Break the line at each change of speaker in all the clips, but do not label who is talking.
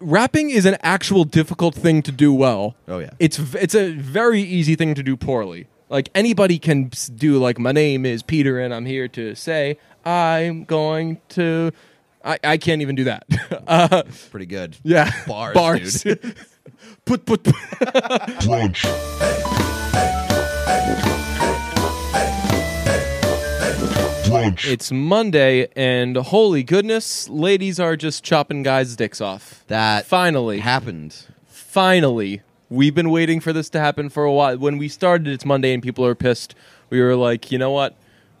rapping is an actual difficult thing to do well.
Oh, yeah.
It's v- it's a very easy thing to do poorly. Like anybody can s- do like my name is Peter and I'm here to say I'm going to I, I can't even do that. uh,
Pretty good.
yeah.
Bars,
put put put
Brunch. Brunch.
It's Monday, and holy goodness, ladies are just chopping guys' dicks off.
That
finally,
happened.
finally, we've been waiting for this to happen for a while. When we started, it's Monday, and people are pissed. We were like, you know what?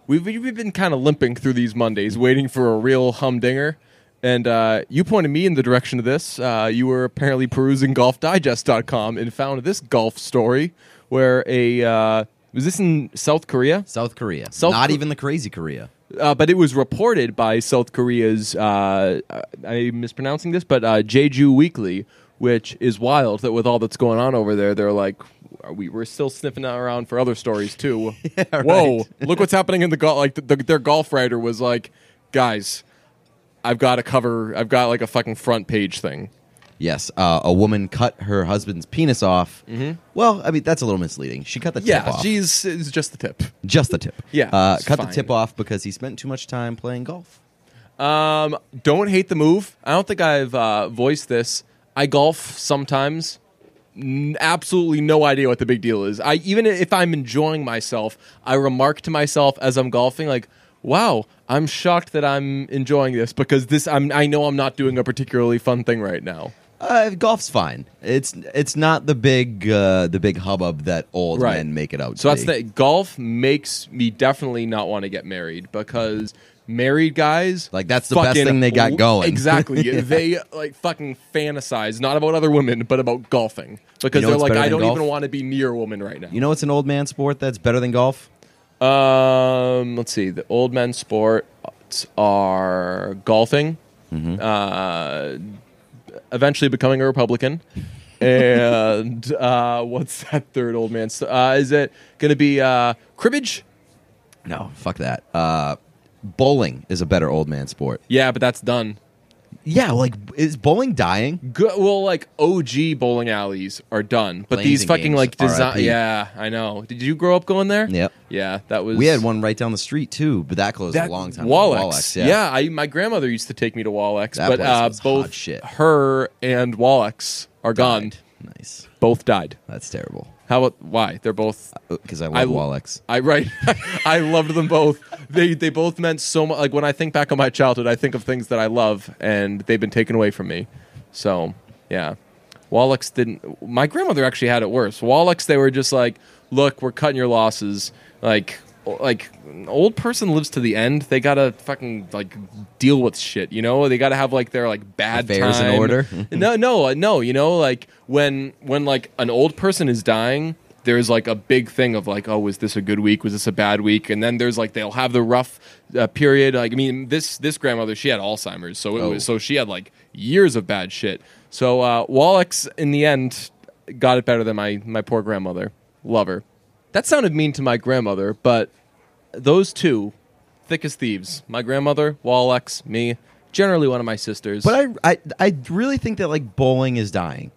We've we've been kind of limping through these Mondays, waiting for a real humdinger. And uh, you pointed me in the direction of this. Uh, you were apparently perusing GolfDigest.com and found this golf story where a uh, was this in South Korea?
South Korea.
South
Not
Kor-
even the crazy Korea.
uh, but it was reported by South Korea's uh, I'm mispronouncing this, but uh, Jeju Weekly, which is wild that with all that's going on over there, they're like, are we we're still sniffing around for other stories too. Whoa, look what's happening in the golf. Like the, their golf writer was like, guys, I've got to cover. I've got like a fucking front page thing.
Yes, uh, a woman cut her husband's penis off. Mm-hmm. Well, I mean that's a little misleading. She cut the
Yeah,
tip off.
she's it's just the tip.
Just the tip.
Yeah,
uh,
it's
cut the
fine.
tip off because he spent too much time playing golf.
Um, don't hate the move. I don't think I've uh, voiced this. I golf sometimes. N- absolutely no idea what the big deal is. I even if I'm enjoying myself, I remark to myself as I'm golfing, like, "Wow, I'm shocked that I'm enjoying this because this I'm I know I'm not doing a particularly fun thing right now."
Uh, golf's fine. It's it's not the big uh, the big hubbub that old
Right.
men make it out.
So
to
that's
be.
the golf makes me definitely not want to get married because married guys
Like, that's the best
fucking-
thing they got going.
Exactly. They like fucking fantasize not about other women but about golfing because
You know
they're
what's
like
better
I
than
don't
golf?
even want to be near a woman right now.
You know it's an old man sport that's better than golf.
um, let's see. The old men sports are golfing,
Mm-hmm.
uh, eventually becoming a Republican. and uh, what's that third old man? st- Uh, is it going to be uh, cribbage?
No, fuck that. Uh, bowling is a better old man sport.
Yeah, but that's done.
Yeah, like is bowling dying?
Good. Well, like OG bowling alleys are done, but
Lanes
these
and
fucking
games,
like design.
RIP.
Yeah, I know. Did you grow up going there?
Yep.
Yeah, that was.
We had one right down the street too, but that closed
that
a long time. ago.
Wallax.
Wallax,
yeah, I, my grandmother used to take me to Wallax,
That
but
place
uh,
was hot
both
shit.
her and Wallax are gone.
Nice.
Both died.
That's terrible.
How? about- Why? They're both.
Because I love
I-
Wallax.
I right. I loved them both. They they both meant so much. Like when I think back on my childhood, I think of things that I love, and they've been taken away from me. So yeah, Wallachs didn't. My grandmother actually had it worse. Wallachs, they were just like, look, we're cutting your losses. Like like an old person lives to the end. They gotta fucking like deal with shit. You know, they gotta have like their like bad
Affairs in
time.
order?
no, no, uh, no. You know, like when when like an old person is dying, there's like a big thing of like, oh, was this a good week? Was this a bad week? And then there's like they'll have the rough uh, period. Like I mean, this this grandmother she had Alzheimer's, so it
Oh.
was so she had like years of bad shit. So uh, Wallach's in the end got it better than my my poor grandmother. Love her. That sounded mean to my grandmother, but those two, thick as thieves. My grandmother, Wallach's, me, generally one of my sisters.
But I, I I really think that like bowling is dying.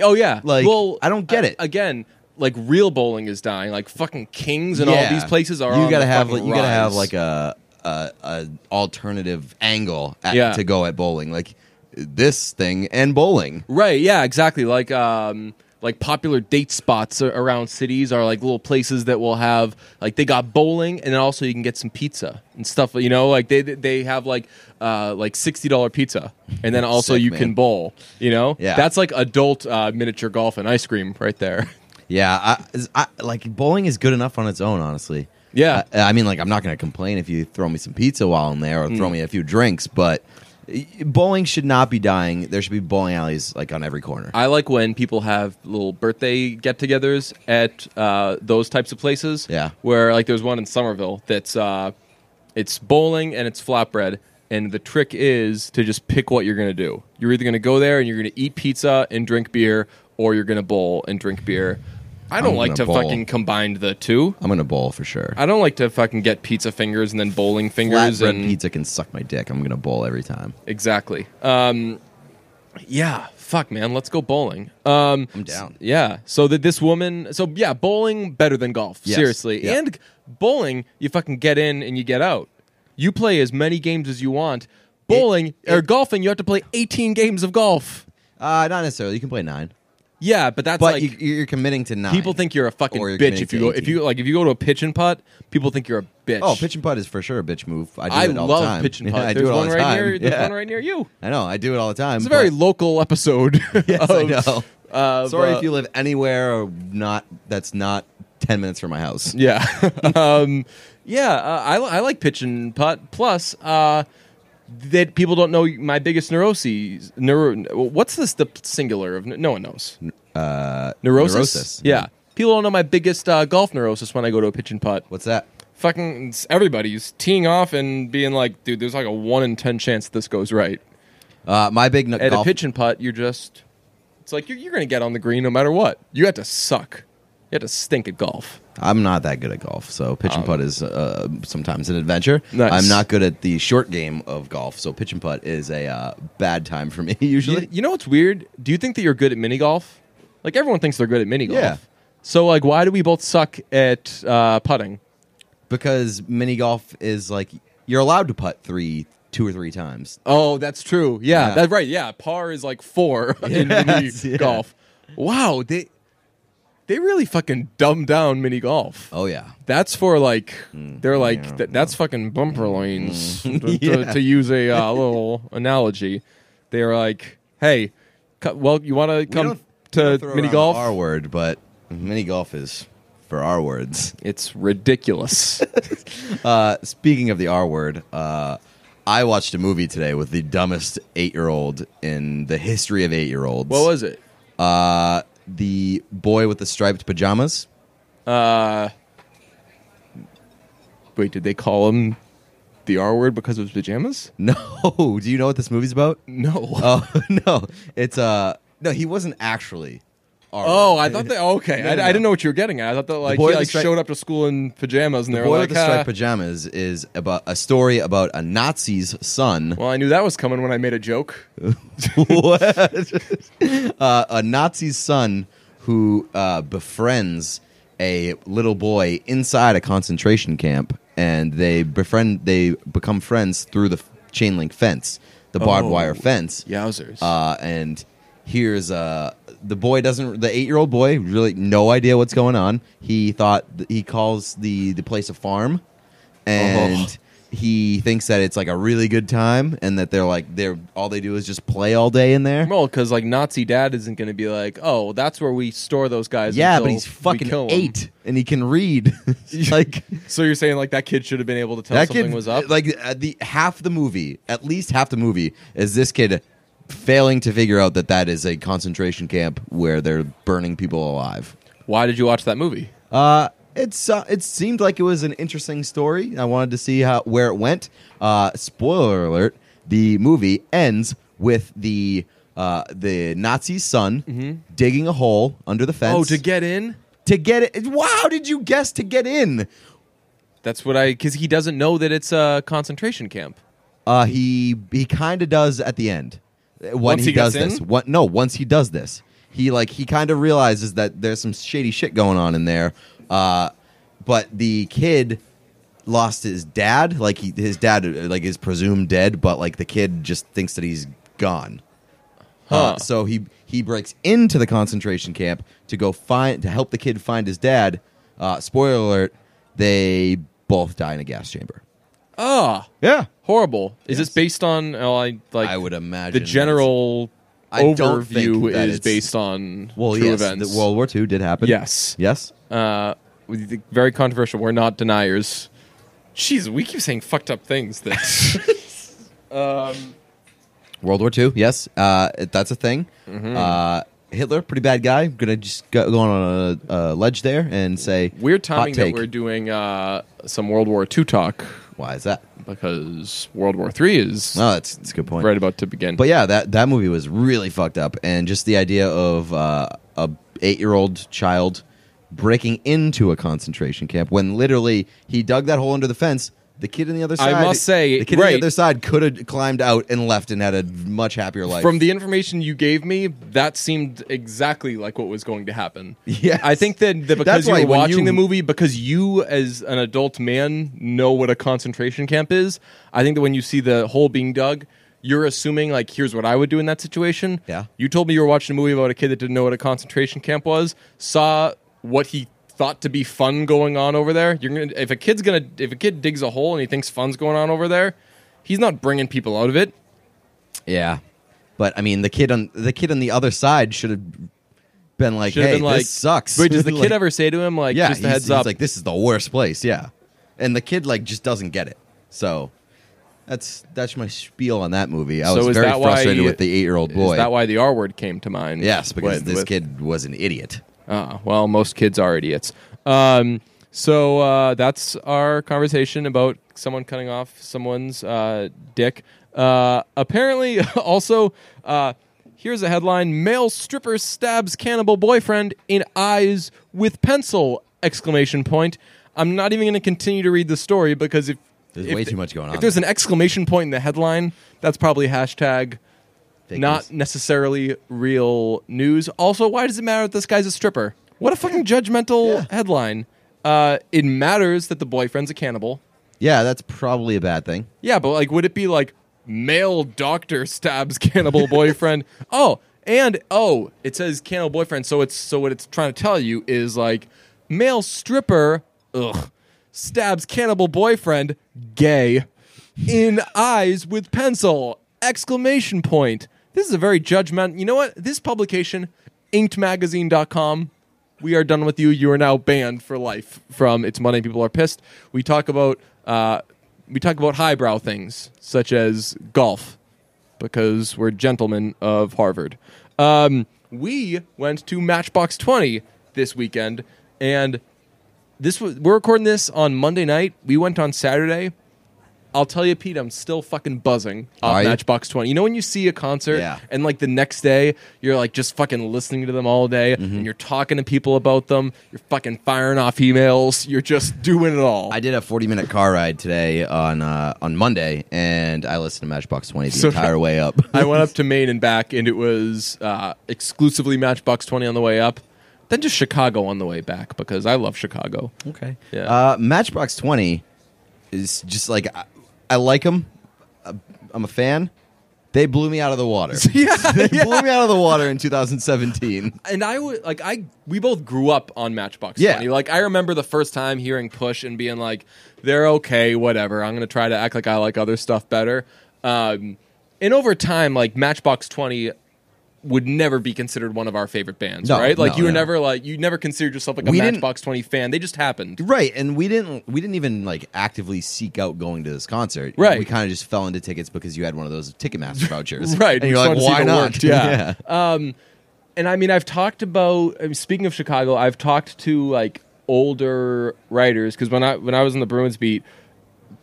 Oh yeah,
Like, I don't get
a-
it.
Again, like real bowling is dying. Like fucking Kings and all
Yeah.
these places are.
You
on
gotta
the
have like,
fucking
you gotta have
rise.
like a a, a alternative angle at,
Yeah.
to go at bowling, like this thing and bowling.
right. Yeah, exactly. Like um. Like popular date spots a- around cities are like little places that will have like they got bowling and then also you can get some pizza and stuff you know like they they have like uh like sixty dollar pizza and then also
Sick,
you
man.
can bowl you know
Yeah.
that's like adult uh, miniature golf and ice cream right there
Yeah, I, is- I, like bowling is good enough on its own, honestly.
Yeah.
I, I mean, like I'm not going to complain if you throw me some pizza while I'm there or
Hmm.
throw me a few drinks, but y- bowling should not be dying. There should be bowling alleys like on every corner.
I like when people have little birthday get-togethers at uh, those types of places.
Yeah.
where like there's one in Somerville that's uh, it's bowling and it's flatbread, and the trick is to just pick what you're gonna do. You're either gonna go there and you're gonna eat pizza and drink beer, or you're gonna bowl and drink beer. I don't
I'm
like to
gonna bowl.
fucking combine the two.
I'm going to bowl for sure.
I don't like to fucking get pizza fingers and then bowling fingers
Flatbread
and
pizza can suck my dick. I'm going to bowl every time.
Exactly. Um, Yeah, fuck, man. Let's go bowling. Um,
I'm down.
s- yeah. So that this woman. So yeah, bowling better than golf.
Yes.
Seriously,
Yeah.
and bowling, you fucking get in and you get out. You play as many games as you want. Bowling or golfing, you have to play 18 games of golf.
Uh, not necessarily. You can play nine,
Yeah, but that's
but
like
you, you're committing to nine.
people think you're a fucking
Or you're
bitch if
committing
you
to
go if
18.
you like if you go to a pitch and putt, people think you're a bitch.
Oh, pitch and putt is for sure a bitch move. I do
I
it all
love
the time.
pitch and
Yeah,
putt.
I
there's
do it all
one
the
right
time.
near. There's
Yeah.
one right near you.
I know. I do it all the time.
It's a very
but-
local episode.
Yes, I
of,
know.
of,
Sorry
uh,
if you live anywhere or not. That's not ten minutes from my house.
Yeah. um, yeah, uh, I, li- I like pitch and putt. Plus, uh, that people don't know my biggest neuroses. Neuro, what's this? The singular of no one knows.
Uh,
Neurosis.
neurosis.
Yeah. People don't know my biggest uh, golf neurosis when I go to a pitch and putt.
What's that?
Fucking it's everybody's teeing off and being like, dude, there's like a one in ten chance this goes right.
Uh, my big no-
At
golf.
a pitch and putt, you're just. It's like you're, you're going to get on the green no matter what. You have to suck. You have to stink at golf.
I'm not that good at golf, so pitch and putt is uh, sometimes an adventure.
Nice.
I'm not good at the short game of golf, so pitch and putt is a uh, bad time for me usually.
You, you know what's weird? Do you think that you're good at mini golf? Like everyone thinks they're good at mini golf.
Yeah.
So like, why do we both suck at uh, putting?
because mini golf is like you're allowed to putt three, two or three times.
Oh, that's true. Yeah,
Yeah.
that's right. Yeah, par is like four in mini
Yes, yeah.
golf. Wow, they they really fucking dumb down mini golf.
Oh yeah,
That's for like they're like
yeah, Mm.
th- that's fucking bumper lanes to, to-
Yeah.
to use a uh, little analogy. They're like, hey, co- well, you want to come
don't-
to
Throw
mini
around
golf?
the R word, but mini golf is for our words.
It's ridiculous.
Uh, speaking of the R word, uh, I watched a movie today with the dumbest eight year old in the history of eight year olds.
What was it?
uh, the boy with the striped pajamas?
Wait, did they call him the R word because of his pajamas? Uh,
No, do you know what this movie's about?
No.
Oh no, it's uh no, he wasn't actually. R
oh,
word.
I thought they. Okay,
No,
I,
no,
I didn't
no.
know what you were getting at. I thought that like
boy
he
with the
like
stri-
showed up to school in pajamas and they
The
were
boy
like,
with the striped
"Ah."
pajamas is about a story about a Nazi's son.
"Well, I knew that was coming when I made a joke."
What? uh, a Nazi's son who uh, befriends a little boy inside a concentration camp, and they befriend they become friends through the f- chain link fence, the barbed
Oh.
wire fence.
Yowzers!
Uh, and here's uh, the boy doesn't the eight year old boy really no idea what's going on. He thought th- he calls the the place a farm, and
Oh.
he thinks that it's like a really good time, and that they're like they're all they do is just play all day in there.
well, because like Nazi dad isn't going to be like, "Oh, that's where we store those guys."
Yeah,
until
but he's
we
fucking
kill 'em."
eight, and he can read. It's like
So you're saying like that kid should have been able to tell
that
something
kid
was up?
Like uh, the half the movie, at least half the movie, is this kid failing to figure out that that is a concentration camp where they're burning people alive.
Why did you watch that movie?
Uh, it's uh, it seemed like it was an interesting story. I wanted to see how where it went. Uh, spoiler alert: the movie ends with the uh, the Nazi son digging a hole under the fence
Mm-hmm. Oh, to get in.
to get it. Wow, did you guess to get in?
That's what I because he doesn't know that it's a concentration camp.
Uh, he he kind of does at the end when
Once
he,
he
does
gets
this.
in?
What? No, once he does this, he like he kind of realizes that there's some shady shit going on in there. Uh, but the kid lost his dad. Like he, his dad uh, like is presumed dead, but like the kid just thinks that he's gone. Uh,
Huh.
so he he breaks into the concentration camp to go find to help the kid find his dad. Uh, spoiler alert: they both die in a gas chamber.
Ah,
Yeah.
horrible. Is
Yes.
this based on? Oh, I like.
I would imagine
the
that's-
general
I don't think
overview
that
is
it's-
based on
Well,
true
yes,
events.
the World War II did happen.
yes,
Yes.
Uh, we- the- very controversial. We're not deniers. Jeez, we keep saying fucked up things. That
World War II. Yes. Uh, that's a thing.
Mm-hmm.
Uh, Hitler, pretty bad guy. Gonna just go, go on a, a ledge there and say
weird
hot
timing that
take.
we're doing uh, some World War II talk
Why is that?
because World War III is
No, that's, that's a good point.
right about to begin.
But yeah, that that movie was really fucked up, and just the idea of uh, a eight year old child breaking into a concentration camp when literally he dug that hole under the fence, The kid on the other
I
side.
must say,
the kid on
right.
the other side could have climbed out and left and had a much happier life.
From the information you gave me, that seemed exactly like what was going to happen.
Yes.
I think that, that because
That's
you
why
were
when
watching
you-
the movie, because you as an adult man know what a concentration camp is, I think that when you see the hole being dug, you're assuming like here's what I would do in that situation.
Yeah.
You told me you were watching a movie about a kid that didn't know what a concentration camp was, saw what he thought to be fun going on over there. You're gonna if a kid's gonna if a kid digs a hole and he thinks fun's going on over there, he's not bringing people out of it.
yeah, but I mean, the kid on the kid on the other side should have been like,
Should have
"Hey,
been like
this sucks."
Wait, does the kid
Like,
ever say to him like
Yeah,
just a
he's-
heads
he's
up?
like, "This is the worst place." Yeah, and the kid like just doesn't get it. So that's that's my spiel on that movie. I
So
was
is
very
that why-
frustrated with the eight year old boy.
Is that why the R word came to mind?
yes, because
With-
this
with-
kid was an idiot.
Ah, well, most kids are idiots. Um, so uh, that's our conversation about someone cutting off someone's uh, dick. Uh, apparently, also, uh, here's a headline: Male stripper stabs cannibal boyfriend in eyes with pencil! Exclamation point. I'm not even going to continue to read the story because if
There's
if
way
the-
too much going on
If there's an exclamation point in the headline, that's probably hashtag
Fake
not
news.
necessarily real news. Also, why does it matter that this guy's a stripper? What a fucking judgmental
Yeah.
headline. Uh, it matters that the boyfriend's a cannibal.
Yeah, that's probably a bad thing.
Yeah, but like, would it be like male doctor stabs cannibal boyfriend? oh, and oh, it says cannibal boyfriend. So it's so what it's trying to tell you is like male stripper ugh, stabs cannibal boyfriend gay in eyes with pencil exclamation point. This is a very judgmental. You know what? This publication, inkedmagazine.com, we are done with you. You are now banned for life from It's Monday. People are pissed. We talk about uh, we talk about highbrow things such as golf because we're gentlemen of Harvard. Um, we went to Matchbox Twenty this weekend, and this was we're recording this on Monday night. We went on Saturday. I'll tell you, Pete, I'm still fucking buzzing
Are
off
you?
Matchbox Twenty. You know when you see a concert
Yeah.
and like the next day you're like just fucking listening to them all day and you're talking to people about them. You're fucking firing off emails. You're just doing it all.
I did a 40 minute car ride today on uh, on Monday, and I listened to Matchbox 20 the
So-
entire way up.
I went up to Maine and back, and it was uh, exclusively Matchbox 20 on the way up, then just Chicago on the way back because I love Chicago.
okay.
Yeah.
Uh, Matchbox 20 is just like, I, I like them. I'm a fan. They blew me out of the water.
yeah,
they blew me out of the water in 2017.
and I would like I we both grew up on Matchbox
Yeah.
20. Like I remember the first time hearing Push and being like, they're okay, whatever. I'm gonna try to act like I like other stuff better. Um, and over time, like Matchbox 20 would never be considered one of our favorite bands,
No,
right? Like
no,
you were
no.
never like you never considered yourself like a
We didn't-
Matchbox 20 fan. They just happened.
Right, and we didn't we didn't even like actively seek out going to this concert.
Right.
we kind of just fell into tickets because you had one of those Ticketmaster vouchers.
Right.
and
you
you're
just
like,
wanted to see
why
if it
not?
worked, Yeah. Um, and I mean, I've talked about. I mean, speaking of Chicago, I've talked to like older writers because when I when I was in the Bruins beat,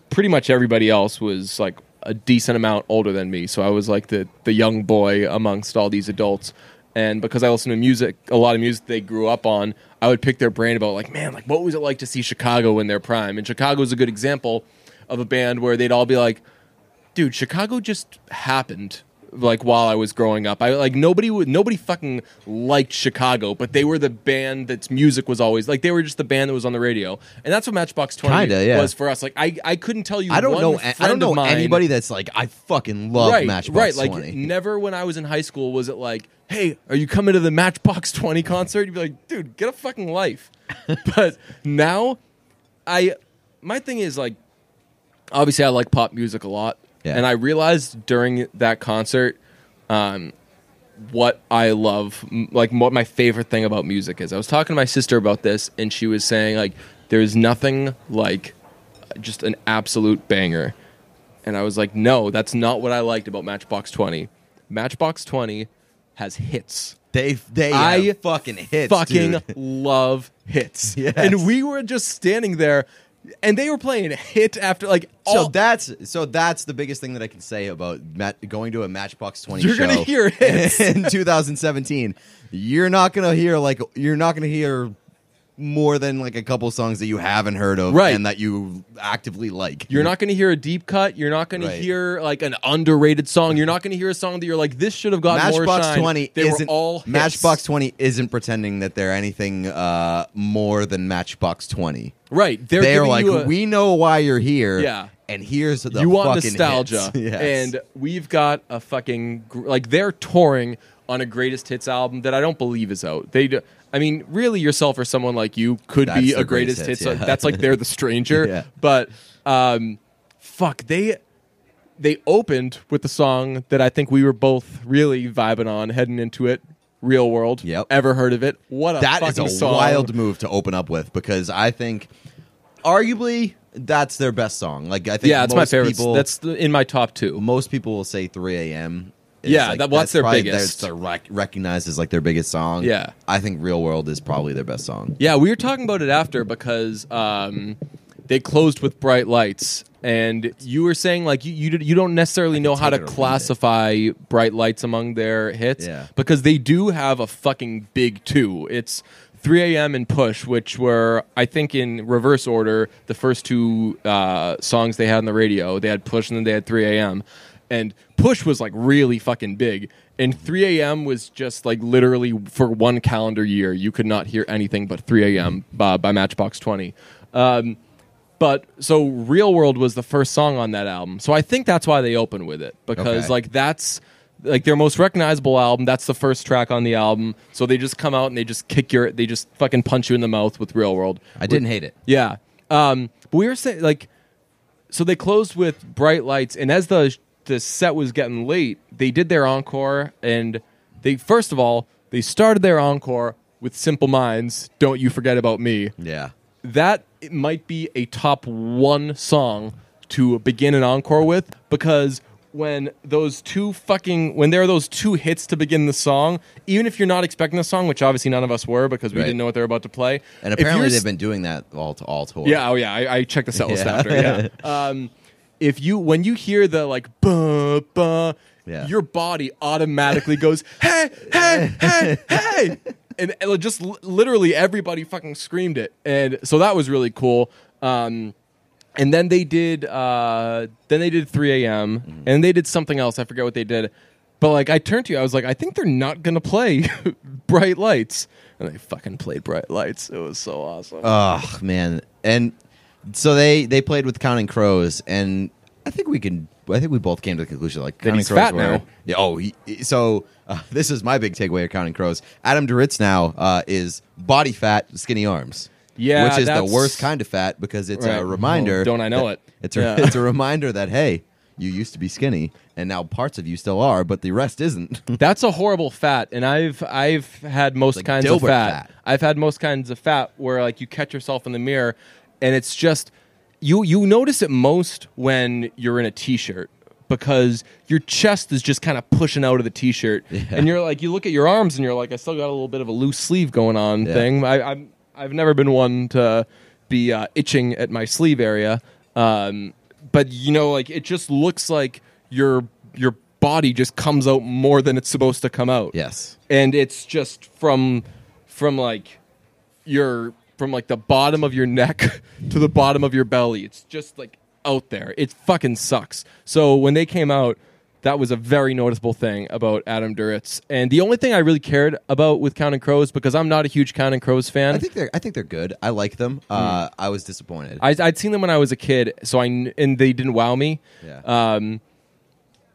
pretty much everybody else was like a decent amount older than me. So I was like the the young boy amongst all these adults. And because I listened to music, a lot of music they grew up on, I would pick their brain about like, man, like what was it like to see Chicago in their prime? And Chicago is a good example of a band where they'd all be like, dude, Chicago just happened. Like while I was growing up, I like nobody would nobody fucking liked Chicago, but they were the band that's music was always like they were just the band that was on the radio, and that's what Matchbox Twenty
Kinda, yeah.
was for us. Like I, I couldn't tell you.
I don't
one
know. I
friend
don't know
of mine-
anybody that's like I fucking love
right,
Matchbox
right. Like
20.
never when I was in high school was it like, hey, are you coming to the Matchbox Twenty concert? You'd be like, dude, get a fucking life. but now, I, my thing is like, obviously I like pop music a lot,
Yeah.
and I realized during that concert, um, what I love, m- like what my favorite thing about music is. I was talking to my sister about this, and she was saying like, "There's nothing like just an absolute banger," and I was like, "No, that's not what I liked about Matchbox Twenty. Matchbox Twenty has hits."
They they
I
have fucking hits.
fucking
dude.
love hits.
Yes.
And we were just standing there and they were playing hit after like all
so that's so that's the biggest thing that I can say about Matt, going to a Matchbox Twenty.
You're gonna
show
hear hits.
in 2017. You're not gonna hear like you're not gonna hear more than like a couple songs that you haven't heard of
Right.
and that you actively like.
You're not going to hear a deep cut. You're not going
Right.
to hear like an underrated song. You're not going to hear a song that you're like, this should have got more
Matchbox
shine.
Twenty
They
isn't
were all hits.
Matchbox Twenty isn't pretending that they're anything uh, more than Matchbox Twenty.
Right? They're,
They're,
giving
like,
you a,
we know why you're here.
Yeah.
and here's the
you want
fucking
nostalgia,
hits." Yes.
and we've got a fucking gr- like they're touring on a greatest hits album that I don't believe is out. They, do, I mean, really, yourself or someone like you could
That's
be
the
a greatest,
greatest
hits. uh,
hits, yeah.
That's like they're the stranger,
Yeah.
but um, fuck they. They opened with the song that I think we were both really vibing on heading into it. Real world.
Yep.
Ever heard of it? What a
that is
fucking
a
song.
wild move to open up with because I think, arguably, that's their best song. Like I think,
Yeah, it's my
most
favorite.
People,
That's the, in my top two.
most people will say 3 a.m. is,
Yeah, that- well, that's their
probably-
biggest.
That's their rec- recognized as like their biggest song.
Yeah.
I think Real World is probably their best song.
Yeah, we were talking about it after because um, they closed with bright lights, and you were saying like you you, did- you don't necessarily know how
take
to
it or leave it.
classify bright lights among their hits
Yeah.
because they do have a fucking big two. It's 3 a.m. and Push, which were I think in reverse order the first two uh, songs they had on the radio. They had Push and then they had 3 a.m. And Push was like really fucking big. And 3 a.m. was just like literally for one calendar year, you could not hear anything but 3 a.m. uh, by, by Matchbox 20. Um, but so Real World was the first song on that album. So I think that's why they open with it because
Okay.
like that's like their most recognizable album. That's the first track on the album. So they just come out and they just kick your they just fucking punch you in the mouth with Real World.
I didn't hate it.
Yeah. Um, but we were saying like, so they closed with bright lights, and as the the set was getting late, they did their encore, and they first of all they started their encore with Simple Minds, "Don't You Forget About Me."
Yeah.
That it might be a top one song to begin an encore with because when those two fucking when there are those two hits to begin the song, even if you're not expecting the song, which obviously none of us were because we
Right.
didn't know what they were about to play,
And
if you're
apparently they've
st-
been doing that all to all tour.
yeah, oh yeah, I, I checked the set list after. Yeah. Um, if you when you hear the like bah, bah,
Yeah.
your body automatically goes hey hey hey hey, and it just li- literally everybody fucking screamed it, and so that was really cool. Um, and then they did uh, then they did 3 a.m. and they did something else. I forget what they did, but like I turned to you, I was like, I think they're not gonna play bright lights, and they fucking played bright lights. It was so awesome.
Oh man. And so they they played with Counting Crows, and I think we can. I think we both came to the conclusion like Counting
he's
Crows
fat
were-
now.
Yeah. Oh, he, so uh, this is my big takeaway of Counting Crows. Adam Duritz now uh, is body fat, skinny arms.
Yeah,
which is the
that's-
worst kind of fat because it's
Right.
a reminder.
Oh, don't I know
that-
it.
It's a,
Yeah.
it's a reminder that hey, you used to be skinny, and now parts of you still are, but the rest isn't.
That's a horrible fat, and I've I've had most
Like
kinds of
Dilbert
fat.
fat.
I've had most kinds of fat where like you catch yourself in the mirror, and it's just you you notice it most when you're in a t-shirt because your chest is just kind of pushing out of the t-shirt, and you're like you look at your arms and you're like I still got a little bit of a loose sleeve going on
Yeah.
thing. I, I'm I've never been one to be uh, itching at my sleeve area, um, but you know like it just looks like your your body just comes out more than it's supposed to come out
yes.
and it's just from from like your from like the bottom of your neck to the bottom of your belly it's just like out there it fucking sucks so when they came out that was a very noticeable thing about Adam Duritz. And the only thing I really cared about with Counting Crows, because I'm not a huge Counting Crows fan,
I think they're I think they're good. I like them. Uh, I was disappointed.
Hmm. I, I'd seen them when I was a kid, so I kn- and they didn't wow me.
Yeah.
Um,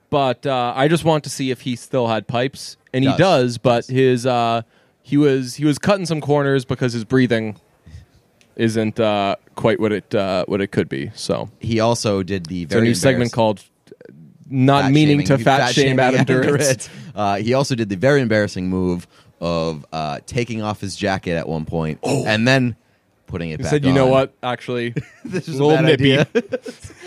but uh, I just want to see if he still had pipes, and he
Does.
does. but his uh, he was he was cutting some corners because his breathing isn't uh, quite what it uh, what it could be. So
he also did the
it's a
very
new segment
embarrassing-
called uh, "Not
fat
Meaning
shaming-
to Fat, Shame
shaming
Adam Duritz."
Duritz. Uh, he also did the very embarrassing move of uh, taking off his jacket at one point and then putting it
Oh. He
back.
said, "You know
on."
what? Actually,
This is a
little
bad
nippy,
idea.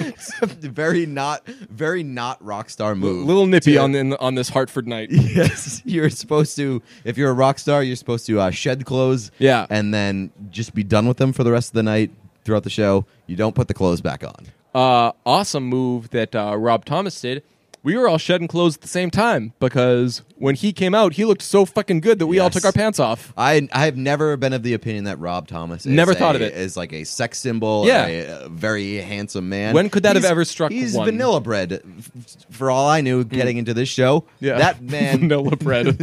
very not, very not rock star move.
little nippy
to-
on the, on this Hartford night."
Yes, you're supposed to. If you're a rock star, you're supposed to uh, shed clothes.
Yeah.
and then just be done with them for the rest of the night throughout the show. You don't put the clothes back on.
uh, awesome move that uh, Rob Thomas did we were all shedding clothes at the same time because when he came out, he looked so fucking good that we all
Yes.
took our pants off.
I I have never been of the opinion that Rob Thomas is
Never
a-
thought of it.
is like a sex symbol.
Yeah.
and a, a very handsome man.
When could that have
He's-
ever struck
He's
one? Mm.
vanilla bread. F- For all I knew, getting into this show,
Yeah.
that man.
vanilla bread.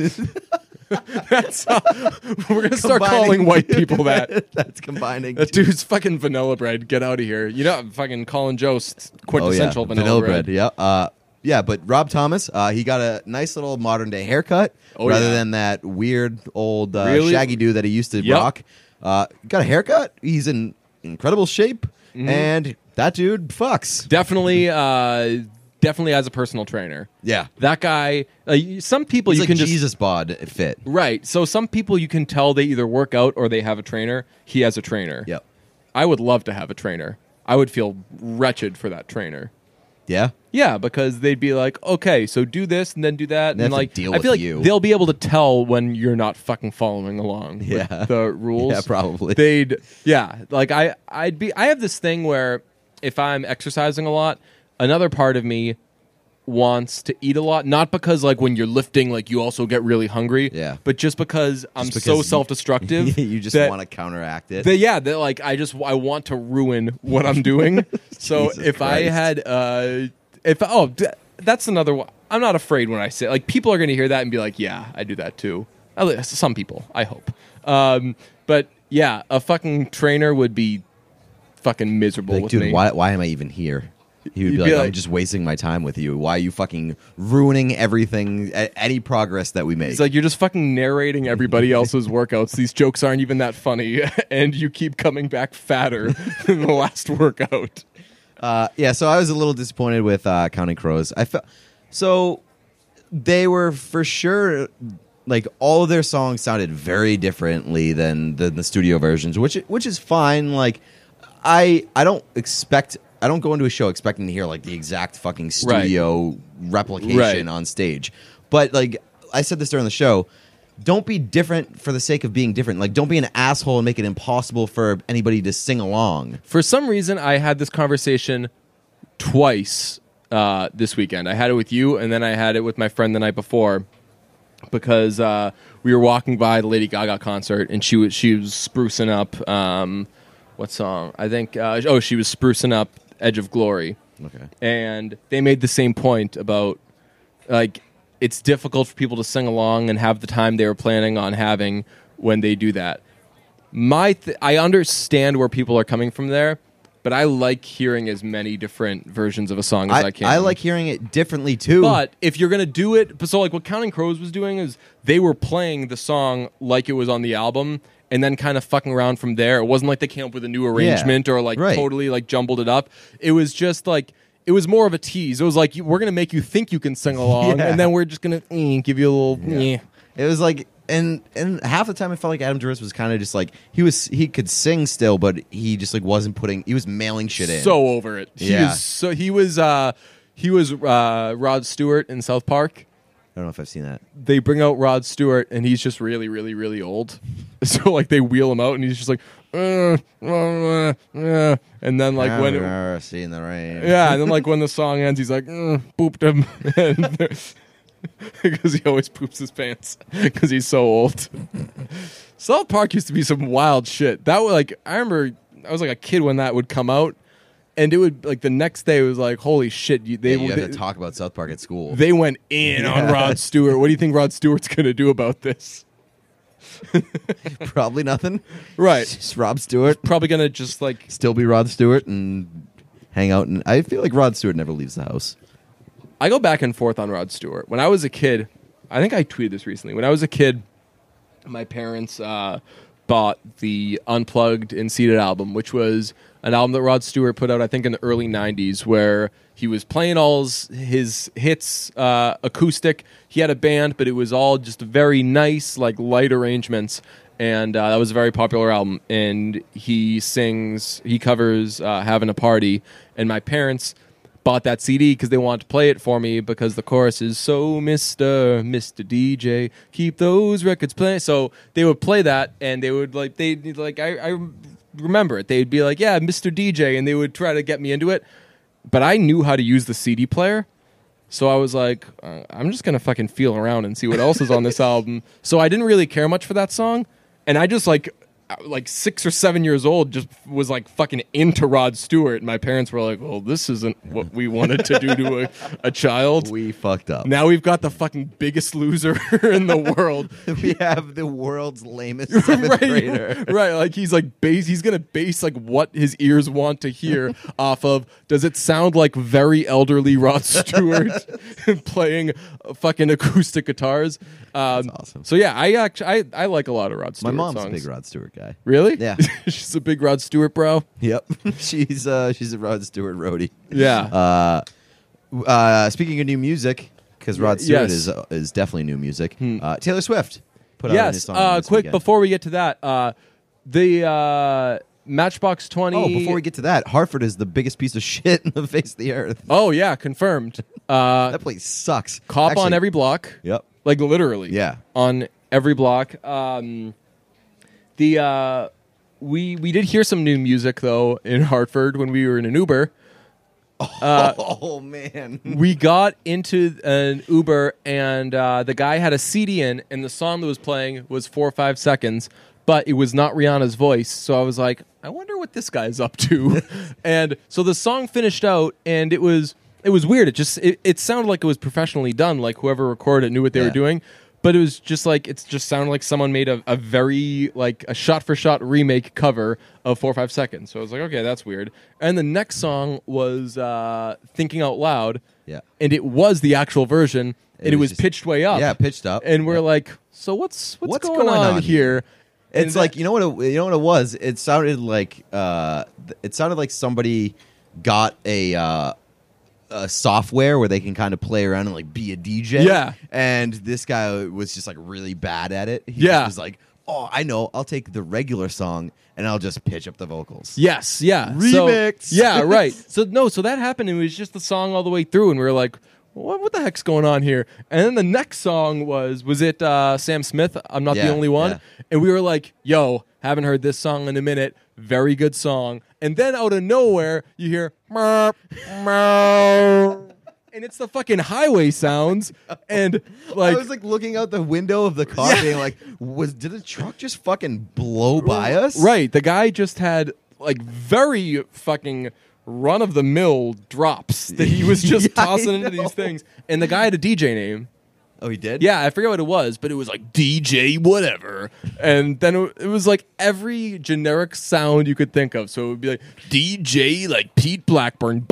That's how, we're gonna start
combining-
calling white people that.
That's combining.
That
two-
dude's fucking vanilla bread. Get out of here. You know, fucking Colin
Oh,
Jost, quintessential vanilla, bread.
Yeah. Uh, yeah, but Rob Thomas, uh, he got a nice little modern day haircut
Oh,
rather
yeah.
than that weird old uh,
Really?
shaggy dude that he used to
Yep.
rock. Uh, got a haircut. He's in incredible shape,
Mm-hmm.
and that dude fucks.
Definitely, uh, definitely as a personal trainer.
Yeah,
That guy. Uh, you- some people
he's
you
like
can just
Jesus bod fit.
right. So some people you can tell they either work out or they have a trainer. He has a trainer.
Yep.
I would love to have a trainer. I would feel wretched for that trainer.
Yeah.
Yeah, because they'd be like, okay, so do this and then do that, and,
have to
like
deal
I
with
feel like
you.
they'll be able to tell when you're not fucking following along. with
Yeah.
the rules.
Yeah, probably.
They'd yeah, like I I'd be I have this thing where if I'm exercising a lot, another part of me wants to eat a lot, not because like when you're lifting, like you also get really hungry.
Yeah.
but just because I'm
Just
so
because you-
self-destructive,
you just
that-
want to counteract it.
they, yeah, they're like I just I want to ruin what I'm doing. so
Jesus
if I
Christ.
had uh if oh d- that's another one. I'm not afraid when I say like people are going to hear that and be like, "Yeah, I do that too." At least Some people, I hope. Um but yeah, a fucking trainer would be fucking miserable
like,
with
dude,
me.
why, why am I even here? He would be
You'd
like,
be
I'm
like-
just wasting my time with you. Why are you fucking ruining everything, a- any progress that we make?
It's like you're just fucking narrating everybody else's workouts. These jokes aren't even that funny and you keep coming back fatter than the last workout.
Uh, yeah, so I was a little disappointed with uh, Counting Crows. I felt so they were for sure like all of their songs sounded very differently than than the studio versions, which which is fine. Like I I don't expect I don't go into a show expecting to hear like the exact fucking
Right.
studio replication
Right.
on stage, but like I said this during the show. Don't be different for the sake of being different. Like, don't be an asshole and make it impossible for anybody to sing along.
for some reason i had this conversation twice uh, this weekend i had it with you and then i had it with my friend the night before because uh, we were walking by the lady gaga concert and she was she was sprucing up um, what song i think uh, oh she was sprucing up edge of glory
Okay.
and they made the same point about like it's difficult for people to sing along and have the time they were planning on having when they do that my th- I understand where people are coming from there, but I like hearing as many different versions of a song as I,
I,
can.
I like hearing it differently too.
but if you're gonna do it, so like what Counting Crows was doing is they were playing the song like it was on the album, and then kind of fucking around from there. It wasn't like they came up with a new arrangement or like
right.
totally like jumbled it up. It was just like. It was more of a tease. It was like you- we're gonna make you think you can sing along,
Yeah.
and then we're just gonna eh, give you a little. eh.
it was like, and and half the time it felt like Adam Duritz was kind of just like he was he could sing still, but he just like wasn't putting he was mailing shit in.
So over it. He
Yeah.
is so he was uh he was uh Rod Stewart in South Park.
I don't know if I've seen that.
They bring out Rod Stewart and he's just really, really, really old. So like they wheel him out and he's just like uh, uh, uh, and then like when it,
I've seen the rain.
yeah, and then like when the song ends, he's like mm, pooped him because he always poops his pants because he's so old. South Park used to be some wild shit. That was like I remember I was like a kid when that would come out, and it would like the next day it was like holy shit you, they
Yeah, you have
they,
to talk about South Park at school.
they went in on Rod Stewart. What do you think Rod Stewart's gonna do about this?
Probably nothing.
Right,
Just Rob Stewart
probably gonna just like
still be Rod Stewart and hang out. And I feel like Rod Stewart never leaves the house.
I go back and forth on Rod Stewart. When I was a kid, I think I tweeted this recently. When I was a kid, my parents uh, bought the Unplugged and Seated album, which was an album that Rod Stewart put out, I think, in the early '90s, where he was playing all his- his hits uh, acoustic. He had a band, but it was all just very nice, like light arrangements. And uh, that was a very popular album. And he sings, he covers uh, "Having a Party," and my parents bought that CD because they wanted to play it for me because the chorus is so Mister Mister DJ keep those records playing. So they would play that and they would like they like I, I remember it. They'd be like yeah Mister DJ and they would try to get me into it, but I knew how to use the CD player So I was like, uh, I'm just gonna fucking feel around and see what else is on this album. So I didn't really care much for that song, and I just like, uh, like six or seven years old, just was like fucking into Rod Stewart. And my parents were like, "Well, this isn't what we wanted to do to a, a child."
We fucked up.
now we've got the fucking biggest loser in the world.
we have the world's lamest seventh grader.
right. Like he's like base. He's gonna base like what his ears want to hear off of. Does it sound like very elderly Rod Stewart playing uh, fucking acoustic guitars? Um,
awesome.
So yeah, I actually I, I like a lot of Rod
My
Stewart.
mom's a
songs.
big Rod Stewart guy.
Really?
Yeah.
she's a big Rod Stewart bro.
Yep, she's uh, she's a Rod Stewart roadie.
Yeah.
Uh, uh, speaking of new music, because Rod
Y-
Stewart
yes. Hmm.
is uh, is definitely new music. Uh, Taylor Swift put out a new
yes.
song.
Uh,
this
quick
weekend.
before we get to that, uh, the uh, Matchbox Twenty.
Oh, before we get to that, Hartford is the biggest piece of shit in the face of the earth.
Oh yeah, confirmed. Uh,
That place sucks.
cop on
Actually-
every block.
Yep.
like literally
Yeah.
on every block um the uh we we did hear some new music though in hartford when we were in an uber Uh,
oh man.
we got into an uber and uh the guy had a cd in and the song that was playing was four or five seconds but it was not rihanna's voice so i was like i wonder what this guy's up to and so the song finished out and it was it was weird it just it, it sounded like it was professionally done like whoever recorded it knew what they
Yeah.
were doing but it was just like it's just sounded like someone made a, a very like a shot for shot remake cover of four or five seconds so i was like okay that's weird and the next song was uh thinking out loud
Yeah.
and it was the actual version and it
was
was
just-
pitched way up
Yeah, pitched up.
and we're
Yep.
like so what's what's,
What's
going,
going
on,
on
here And
It's
that-
like you know what it, you know what it was. It sounded like uh, th- it sounded like somebody got a uh, a software where they can kind of play around and like be a DJ.
Yeah.
and this guy was just like really bad at it. He just
Yeah.
was like, oh, I know. I'll take the regular song and I'll just pitch up the vocals.
Yes, yeah.
Remix.
So, yeah, right. So no, so that happened and it was just the song all the way through and we were like, what, what the heck's going on here? And then the next song was was it uh, Sam Smith, I'm not
Yeah,
the only one.
yeah.
And we were like, yo, haven't heard this song in a minute. Very good song. And then out of nowhere, you hear "Meow, meow," and it's the fucking highway sounds and
I
like
was like looking out the window of the car,
Yeah.
being like, "Was did the truck just fucking blow by us?"
Right. The guy just had like very fucking run of the mill drops that he was just
Yeah, I
tossing into
know.
these things. And the guy had a DJ name.
Oh, he did.
Yeah, I forget what it was, but it was like DJ whatever. And then it it was like every generic sound you could think of. So it would be like DJ like Pete Blackburn.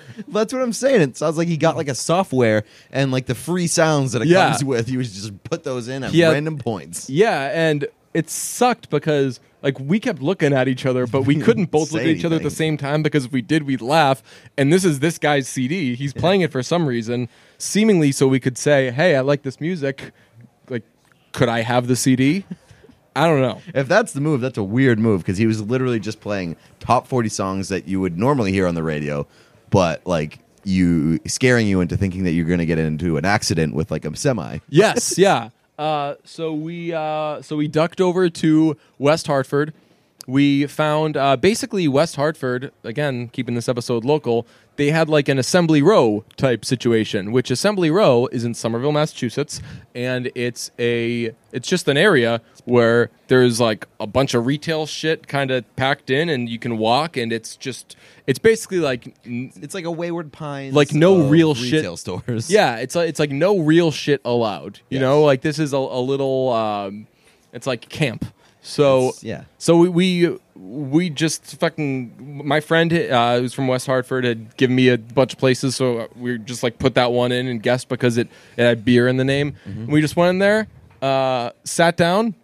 That's what I'm saying. It sounds like he got like a software and like the free sounds that it
Yeah.
comes with. He was just put those in at
He had-
random points.
Yeah, and it sucked because like we kept looking at each other, but we couldn't both look at
Say
each other at the
anything.
same time because if we did, we'd laugh. And this is this guy's CD. He's playing it for some reason, seemingly so we could say, "Hey, I like this music. Like, could I have the CD?" I don't know.
If that's the move, that's a weird move because he was literally just playing top 40 songs that you would normally hear on the radio, but like you scaring you into thinking that you're going to get into an accident with like a semi.
Yes, yeah. Uh, so we uh, so we ducked over to West Hartford. We found uh, basically West Hartford again, keeping this episode local. They had like an Assembly Row type situation, which Assembly Row is in Somerville, Massachusetts, and it's a it's just an area where there's like a bunch of retail shit kind of packed in, and you can walk, and it's just it's basically like n-
It's like a Wayward Pines.
Like, no
of
real shit-
retail stores.
yeah, it's like, it's like no real shit allowed. You
Yes.
know, like this is a, a little, um, it's like camp. So
It's- yeah.
So we, we we just fucking my friend uh, who's from West Hartford had given me a bunch of places, so we just like put that one in and guessed because it it had beer in the name.
Mm-hmm.
We just went in there, uh, sat down.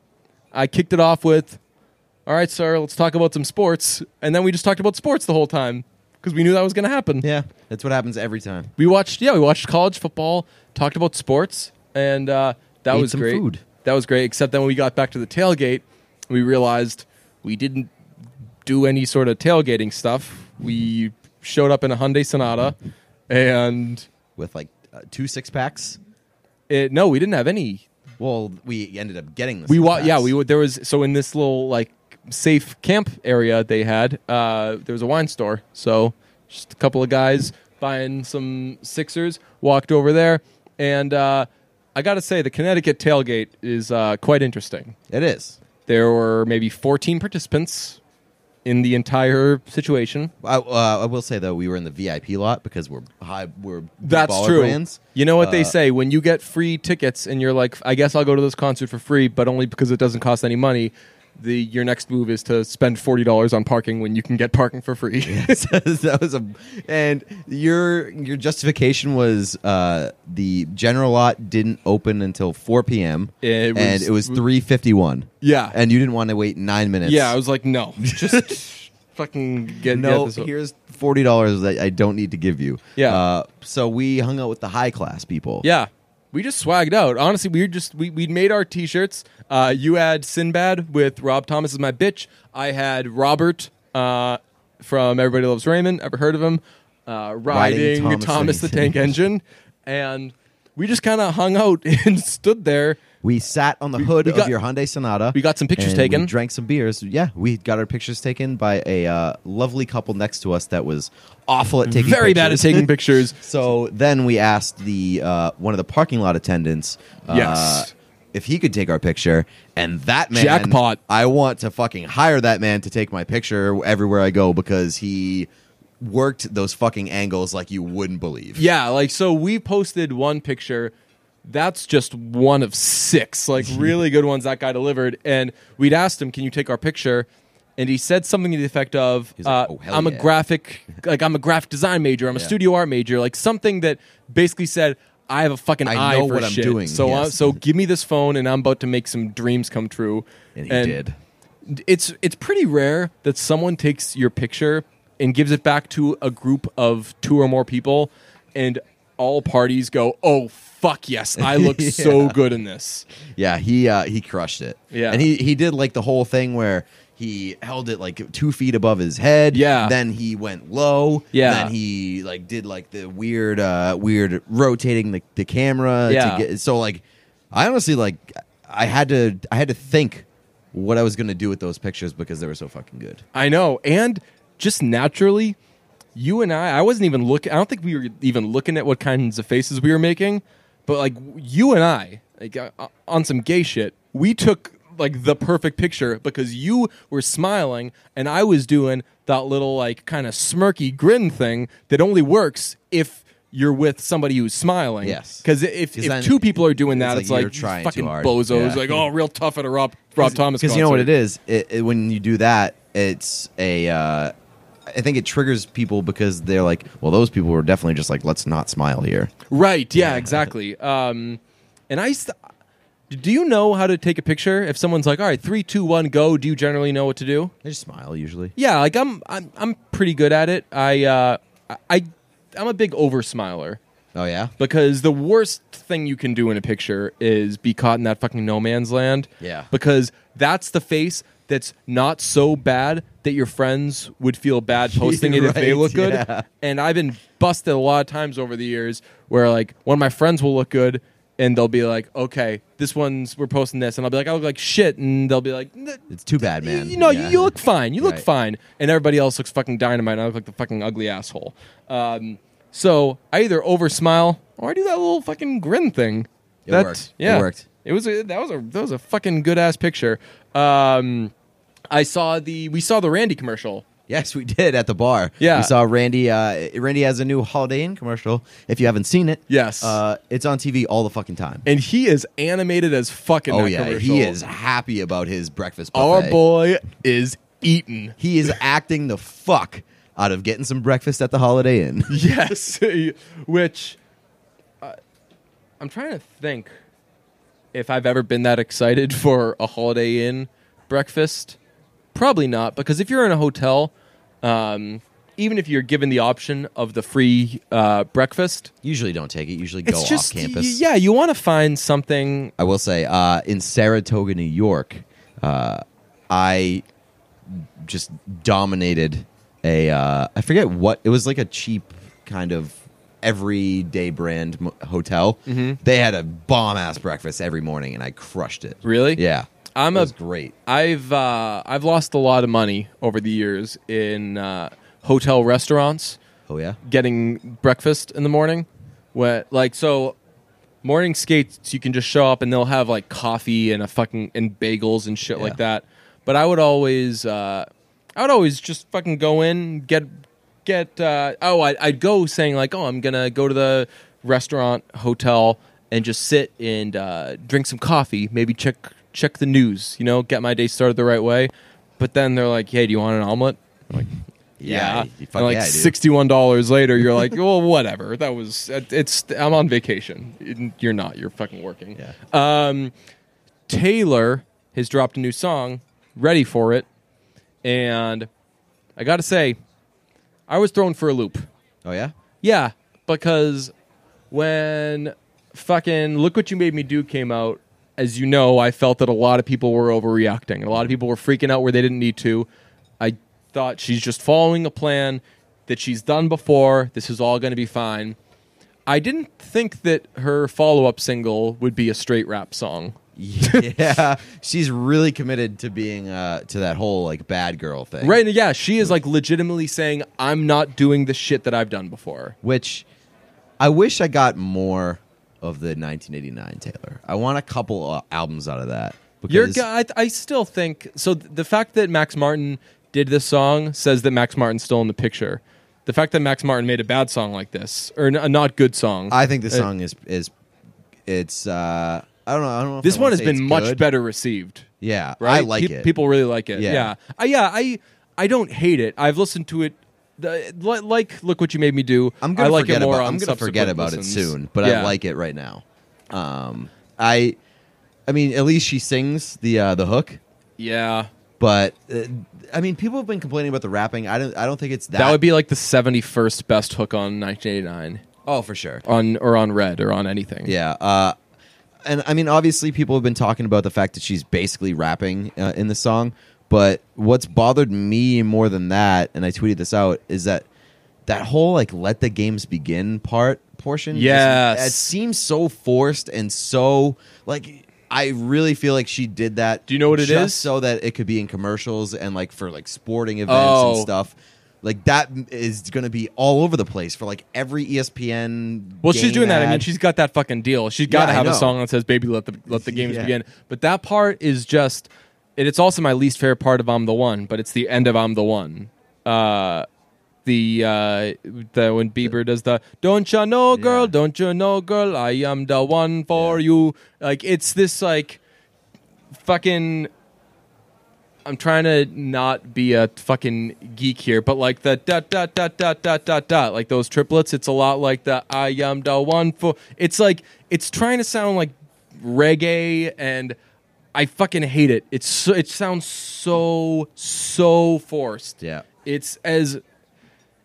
I kicked it off with, "All right, sir, let's talk about some sports," and then we just talked about sports the whole time because we knew that was going to happen.
Yeah. That's what happens every time.
We watched, yeah, we watched college football, talked about sports, and uh, that
Ate
was
some
great.
food.
That was great. Except then when we got back to the tailgate, we realized we didn't do any sort of tailgating stuff. We showed up in a Hyundai Sonata, and
With like uh, two six packs.
it, no, we didn't have any.
Well, we ended up getting this.
We wa- yeah, we wa- there was so in this little like safe camp area they had. Uh, there was a wine store, so just a couple of guys buying some Sixers. Walked over there, and uh, I got to say, the Connecticut tailgate is uh, quite interesting.
It is.
There were maybe 14 participants in the entire situation.
I, uh, I will say though, we were in the VIP lot because we're high. We're
That's
baller
true.
Brands.
You know what they
Uh,
say when you get free tickets and you're like, I guess I'll go to this concert for free, but only because it doesn't cost any money. The your next move is to spend forty dollars on parking when you can get parking for free.
So that was a, and your your justification was uh, the general lot didn't open until 4 p.m.
It was-
and it was 3:51.
Yeah.
and you didn't want to wait nine minutes.
yeah, I was like, no, just fucking get get
no.
this o-
Here's forty dollars that I don't need to give you.
Yeah.
Uh, so we hung out with the high class people.
Yeah. We just swagged out. Honestly, we were just we we made our t-shirts. Uh, you had Sinbad with Rob Thomas as my bitch. I had Robert uh, from Everybody Loves Raymond. Ever heard of him? Uh, riding, Thomas,
Thomas
the
the
Tank Engine, and we just kind of hung out and stood there.
We sat on the hood
we
of
got-
your Hyundai Sonata.
we got some pictures
and we
taken.
drank some beers. Yeah, we got our pictures taken by a uh, lovely couple next to us that was awful at taking.
Mhm. Very bad at
pictures.
taking pictures.
So then we asked the uh, one of the parking lot attendants. Uh,
Yes.
If he could take our picture, and that man
Jackpot.
I want to fucking hire that man to take my picture everywhere I go because he worked those fucking angles like you wouldn't believe.
Yeah, like so we posted one picture. That's just one of six, like really good ones that guy delivered. And we'd asked him, "Can you take our picture?" And he said something to the effect of,
He's like,
uh,
"Oh, hell
"I'm a
yeah."
graphic, like I'm a graphic design major. I'm a
Yeah.
studio art major. Like something that basically said." I have a fucking
I
eye
know
for
what I'm
shit.
doing,
So, uh,
yes.
so give me this phone, and I'm about to make some dreams come true.
And he did.
It's it's pretty rare that someone takes your picture and gives it back to a group of two or more people, and all parties go, "Oh fuck yes, I look so good in this."
Yeah, he uh, he crushed it.
Yeah.
and he he did like the whole thing where he held it like two feet above his head.
Yeah.
then he went low.
Yeah.
then he like did like the weird uh, weird rotating the, the camera.
Yeah.
to get, so like I honestly like I had to I had to think what I was gonna do with those pictures because they were so fucking good.
I know, and just naturally, you and I, I wasn't even looking. I don't think we were even looking at what kinds of faces we were making, but like you and I, like uh, uh, on some gay shit, we took like the perfect picture because you were smiling and I was doing that little like kind of smirky grin thing that only works if. You're with somebody who's smiling.
Yes.
Because if,
'Cause
if
then
two people are doing
it's
that,
like
it's like,
you're trying
you
too
fucking
hard.
bozos.
Yeah.
Like, oh, real tough at a Rob, Rob Thomas
because you know what it
concert.
is it, it- when you do that it's a uh, i think it triggers people because they're like well those people were definitely just like let's not smile here
Right. Yeah. Exactly. Um, and I. St- do you know how to take a picture? If someone's like, "All right, three, two, one, go," do you generally know what to do?
they just smile usually
Yeah, like I'm, I'm, I'm pretty good at it. I, uh, I, I'm a big over smiler
oh yeah
because the worst thing you can do in a picture is be caught in that fucking no man's land.
Yeah.
Because that's the face that's not so bad that your friends would feel bad posting it if they
Right,
look good.
yeah.
And I've been busted a lot of times over the years where like one of my friends will look good and they'll be like, "Okay, this one's we're posting this." And I'll be like, "I look like shit." And they'll be like, "N-
it's too bad man
you know,
Yeah.
you look fine. You look
Right.
fine. And everybody else looks fucking dynamite. and I look like the fucking ugly asshole. Um, so I either over smile or I do that little fucking grin thing.
It
That-
worked. It
Yeah.
worked.
It was a, that was a that was a fucking good ass picture. Um, I saw the we saw the Randy commercial.
yes we did at the bar
Yeah.
we saw randy uh, randy has a new holiday inn commercial if you haven't seen it
Yes.
uh, it's on tv all the fucking time
And he is animated as fucking
oh
that
yeah
commercial.
he is happy about his breakfast
Our
buffet.
boy is eaten.
he is acting the fuck out of getting some breakfast at the holiday inn
Yes, which uh, I'm trying to think if I've ever been that excited for a Holiday Inn breakfast. Probably not, because if you're in a hotel, um, even if you're given the option of the free uh, breakfast,
usually don't take it. Usually
it's
go
just
off campus.
y- yeah, you want to find something.
I will say, uh, in Saratoga, New York, uh, I just dominated a. Uh, I forget what it was like a cheap kind of everyday brand m- hotel.
Mm-hmm.
They had a bomb ass breakfast every morning, and I crushed it.
Really?
Yeah,
I'm
it
a-
was great.
I've uh, I've lost a lot of money over the years in uh, hotel restaurants
Oh yeah.
getting breakfast in the morning. Where like so morning skates you can just show up and they'll have like coffee and a fucking and bagels and shit
Yeah.
like that. But I would always uh I would always just fucking go in, get get uh oh I I'd go saying like, "Oh, I'm going to go to the restaurant, hotel and just sit and uh drink some coffee, maybe check check the news, you know, get my day started the right way." But then they're like, "Hey, do you want an omelet?" I'm like, yeah,
you- fuck
and like
yeah, dude.
sixty-one dollars later, you're like, well, whatever. That was it- it's. I'm on vacation. It- You're not. You're fucking working.
Yeah.
Um, Taylor has dropped a new song. Ready for it, and I got to say, I was thrown for a loop.
Oh yeah.
Yeah, because when fucking Look What You Made Me Do came out, as you know, I felt that a lot of people were overreacting. A lot of people were freaking out where they didn't need to. I thought she's just following a plan that she's done before. This is all going to be fine. I didn't think that her follow up single would be a straight rap song.
Yeah. She's really committed to being uh to that whole like bad girl thing.
Right? Yeah, she is like legitimately saying, I'm not doing the shit that I've done before.
Which I wish I got more of the 1989 Taylor. I want a couple uh, albums out of that.
Your
Because
guy, I, I still think so. th- The fact that Max Martin did this song says that Max Martin's still in the picture. The fact that Max Martin made a bad song like this, or n- a not good song,
I think the
Uh,
song is is it's uh I don't know. I don't know. if
this
I
one
wanna
has
say
been
it's
much
good.
better received.
Yeah,
Right?
I like
Pe-
it.
People really like it.
Yeah.
Yeah, I, yeah. I I don't hate it. I've listened to it. The, li- like, look what you made me do.
I'm gonna
I like
forget
it more.
about,
on
I'm gonna forget
subsequent
about
listens.
it soon, but I
Yeah.
like it right now. Um, I, I mean, at least she sings the uh, the hook.
Yeah,
But uh, I mean, people have been complaining about the rapping. I don't. I don't think it's that.
that, would be like the seventy first best hook on 1989
oh for sure.
on or on Red or on anything.
Yeah. Uh, and I mean, obviously, people have been talking about the fact that she's basically rapping uh, in the song. But what's bothered me more than that, and I tweeted this out, is that that whole like "let the games begin" part portion. just-
Yes.
it seems so forced and so like. I really feel like she did that.
Do you know what it is?
just So that it could be in commercials and like for like sporting events and
Oh.
stuff. Like that is going to be all over the place for like every E ESPN.
Well, she's
game
doing that. I mean,
ad.
she's got that fucking deal. She's got to
I
have a
know.
song that says "Baby, let the let the games
Yeah.
begin." But that part is just, and it's also my least favorite part of "I'm the One," but it's the end of "I'm the One." Uh, the uh, the when Bieber does the "Don't you know, girl?
Yeah.
Don't you know, girl? I am the one for you." Like it's this like fucking I'm trying to not be a fucking geek here, but like the dot dot dot dot dot dot dot, like those triplets, it's a lot like the I am the one for. It's like it's trying to sound like reggae, and I fucking hate it. It's so, it sounds so so forced.
Yeah.
it's as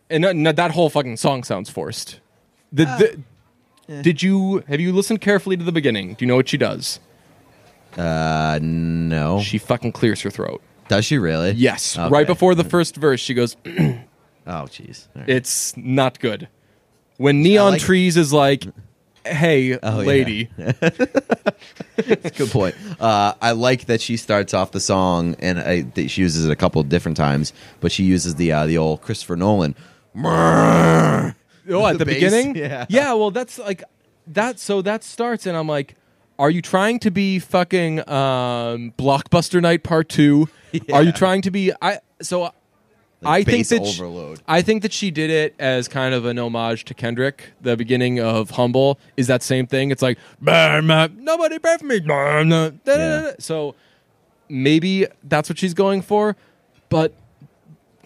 and that, that whole fucking song sounds forced. The, the did you have you listened carefully to the beginning? Do you know what she does?
Uh, no.
She fucking clears her throat.
Does she really?
Yes,
Okay.
right before the first verse, she goes,
Oh, jeez. All right.
"It's not good." When Neon
like- Oh,
Trees is like, "Hey,
yeah.
lady,"
Good point. Uh, I like that she starts off the song, and I, that she uses it a couple different times, but she uses the uh, the old Christopher Nolan. "Mrrr."
oh, at
The
the,
bass,
beginning,
yeah.
Well, that's like that. So that starts, and I'm like, "Are you trying to be fucking um, blockbuster night part two? Are you
Yeah.
trying to be I?" So I
Like
think
bass
that sh-
overload.
I think that she did it as kind of an homage to Kendrick. The beginning of Humble is that same thing. It's like "Burn my- nobody pray for me. burn the- da- da- da- da." So maybe that's what she's going for. But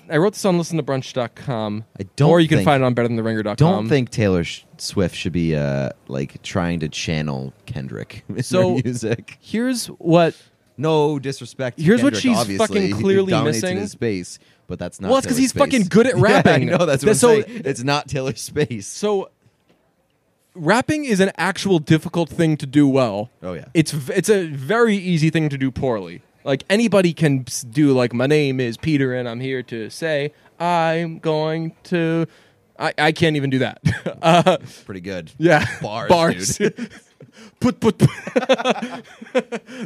I wrote this on listentobrunch.com.
I don't
or you can
think-
find it on betterthantheringer.com.
Don't think Taylor Sh- Swift should be uh, like trying to channel Kendrick in
So-
her music.
Here's what
No disrespect. to
Here's what
Kendrick,
she's
obviously.
fucking
He
clearly
dominates
missing.
In his space, but that's not.
Well, that's 'cause
Taylor's
he's
space.
fucking good at rapping.
Yeah, I know that's what
That's
I'm
so-
saying. It's not Taylor's space.
So rapping is an actual difficult thing to do well.
Oh, yeah.
It's v- it's a very easy thing to do poorly. Like anybody can s- do like my name is Peter and I'm here to say I'm going to I, I can't even do that. uh,
Pretty good.
yeah.
Bars,
put, put, put.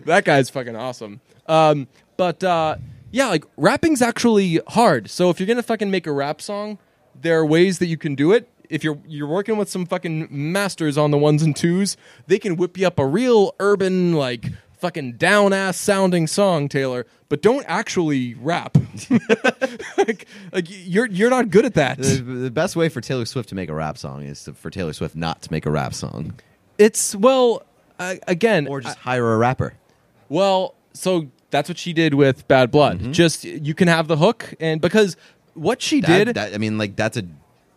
that guy's fucking awesome. Um, but uh, yeah, like rapping's actually hard. So if you're gonna fucking make a rap song, there are ways that you can do it. If you're you're working with some fucking masters on the ones and twos, they can whip you up a real urban like fucking down ass sounding song, Taylor. But don't actually rap. like, like you're you're not good at that.
The, the best way for Taylor Swift to make a rap song is to, for Taylor Swift not to make a rap song,
It's well I again
or just hire a rapper.
Well, so that's what she did with Bad Blood. Just you can have the hook, and because what she
That-
did,
that- I mean, like that's a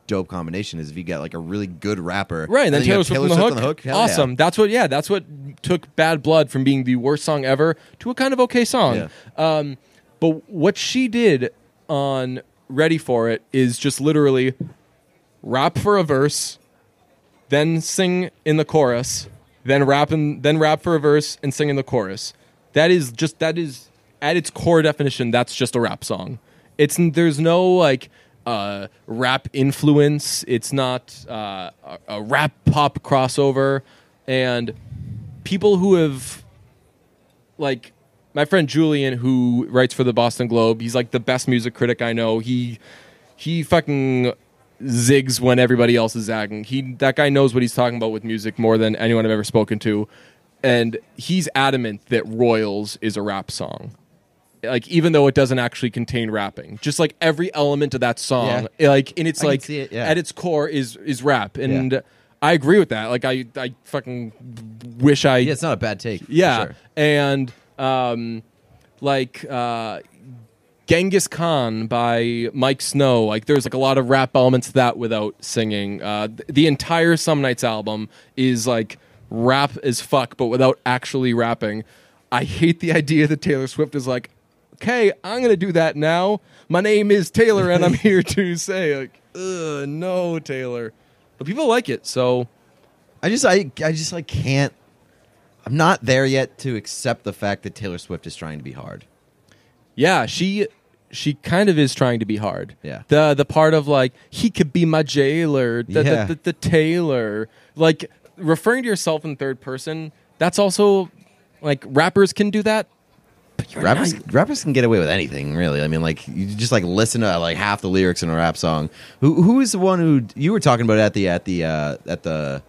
dope combination. Is if you get like a really good rapper,
right? And then
you
Taylor
have
Swift, on, the hook,
Hell yeah.
awesome. That's what. Yeah, that's what took Bad Blood from being the worst song ever to a kind of okay song.
Yeah.
Um, but what she did on Ready for It is just literally rap for a verse, then sing in the chorus, then rap and then rap for a verse and sing in the chorus. That is just that is at its core definition. That's just a rap song. It's n- there's no like uh, rap influence. It's not uh, a, a rap pop crossover, and people who have like my friend Julian who writes for the Boston Globe, he's like the best music critic I know. He he fucking zigs when everybody else is zagging. He that guy knows what he's talking about with music more than anyone I've ever spoken to. And he's adamant that Royals is a rap song. Like even though it doesn't actually contain rapping. Just like every element of that song. Like and it's
I can
like
see it, yeah.
at its core is is rap. And
Yeah.
I agree with that. Like I I fucking wish I
Yeah, it's not a bad take. for
yeah,
sure.
and um, like uh, Genghis Khan by Mike Snow. Like there's like a lot of rap elements to that without singing. Uh, th- the entire Some Nights album is like rap as fuck, but without actually rapping. I hate the idea that Taylor Swift is like, okay, I'm gonna do that now. My name is Taylor, and I'm here to say like, Ugh, no, Taylor. But people like it, so
I just I I just like can't. I'm not there yet to accept the fact that Taylor Swift is trying to be hard.
Yeah, she she kind of is trying to be hard.
Yeah.
The the part of like he could be my jailer, the,
Yeah.
the, the, the tailor, like referring to yourself in third person. That's also like rappers can do that. But you're
rappers,
not-
rappers can get away with anything, really. I mean, like you just like listen to like half the lyrics in a rap song. Who who is the one who you were talking about at the at the uh, at the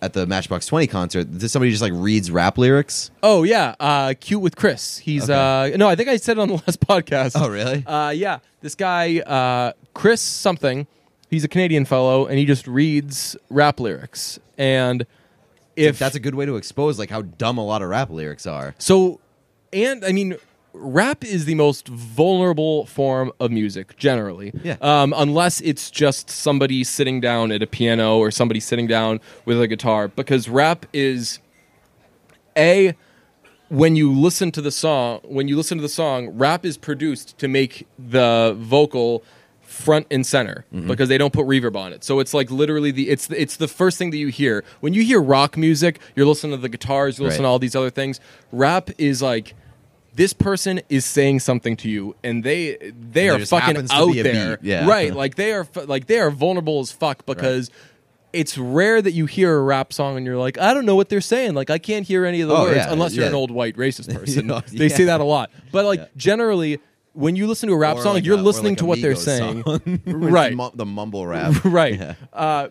at the Matchbox Twenty concert? Did somebody just like reads rap lyrics?
oh yeah, uh, cute with Chris. He's uh no, I think I said it on the last podcast.
Oh, really?
Uh, yeah, this guy uh, Chris something. He's a Canadian fellow, and he just reads rap lyrics. And if
That's a good way to expose like how dumb a lot of rap lyrics are.
So, and I mean, rap is the most vulnerable form of music generally.
Yeah.
Um, unless it's just somebody sitting down at a piano or somebody sitting down with a guitar, because rap is a when you listen to the song when you listen to the song rap is produced to make the vocal front and center
Mm-hmm.
because they don't put reverb on it so it's like literally the it's the, it's the first thing that you hear when you hear rock music you're listening to the guitars you listen
Right.
to all these other things rap is like this person is saying something to you and they they
there
are
just
fucking
happens to
out
be a
there
beat, yeah.
right like they are fu- like they are vulnerable as fuck because It's rare that you hear a rap song and you're like, I don't know what they're saying. Like, I can't hear any of the
Oh,
words
yeah,
unless you're
yeah.
an old white racist person.
Yeah.
They say that a lot. But like
Yeah.
generally, when you listen to a rap
Or
song,
like
you're
a- or
listening
like
to
a
what they're
Migos
saying,
song. It's
right?
mu- the mumble rap.
right. Uh,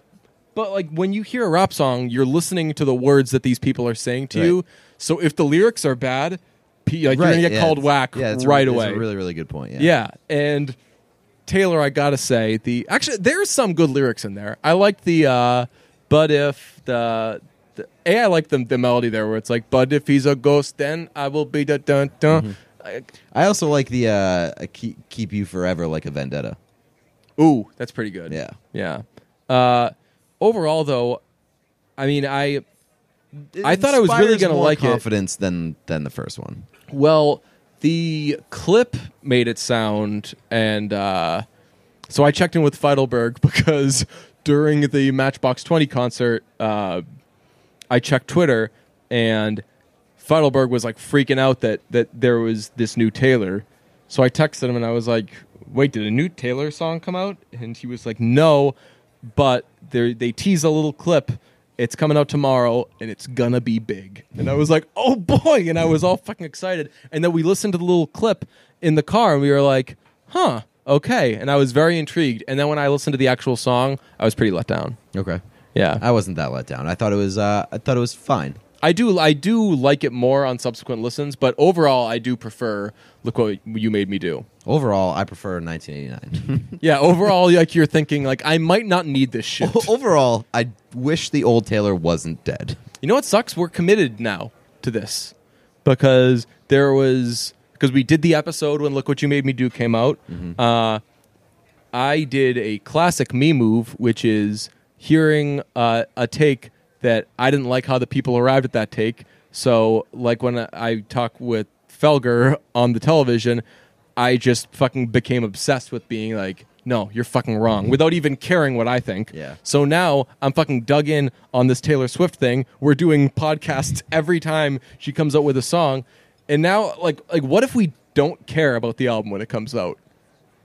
but like when you hear a rap song, you're listening to the words that these people are saying to
Right.
you. So if the lyrics are bad, pe- like you're gonna get
yeah,
called
it's-
whack
yeah, it's a-
right
it's
away.
A really, really good point. Yeah.
Yeah, and Taylor, I gotta say the actually there's some good lyrics in there. I like the uh, but if the, the a I like the the melody there where it's like but if he's a ghost then I will be da dun dun.
I also like the uh, keep, "Keep You Forever" like a vendetta.
I- ooh, that's pretty good.
Yeah.
yeah. Uh, overall, though, I mean, I I thought I was really
inspires
gonna
more
like it.
confidence than than the first one.
Well, the clip made it sound, and uh, so I checked in with Feidelberg because during the Matchbox 20 concert, uh, I checked Twitter, and Feidelberg was like freaking out that that there was this new Taylor. So I texted him and I was like, "Wait, did a new Taylor song come out?" And he was like, "No, but they they tease a little clip. It's coming out tomorrow, and it's gonna be big." And I was like, "Oh boy!" And I was all fucking excited. And then we listened to the little clip in the car, and we were like, "Huh." okay. And I was very intrigued. And then when I listened to the actual song, I was pretty let down.
Okay.
Yeah.
I wasn't that let down. I thought it was. Uh, I thought it was fine.
I do I do like it more on subsequent listens, but overall I do prefer look what you made me do.
Overall, I prefer 1989.
Yeah, overall like you're thinking like I might not need this shit.
Overall, I wish the old Taylor wasn't dead.
You know what sucks? We're committed now to this because there was because we did the episode when "Look What You Made Me Do" came out. Uh, I did a classic me move, which is hearing uh, a take that I didn't like how the people arrived at that take. So, like when I talk with Felger on the television, I just fucking became obsessed with being like. No, you're fucking wrong. Without even caring what I think.
Yeah.
So now I'm fucking dug in on this Taylor Swift thing. We're doing podcasts every time she comes out with a song. And now like like what if we don't care about the album when it comes out?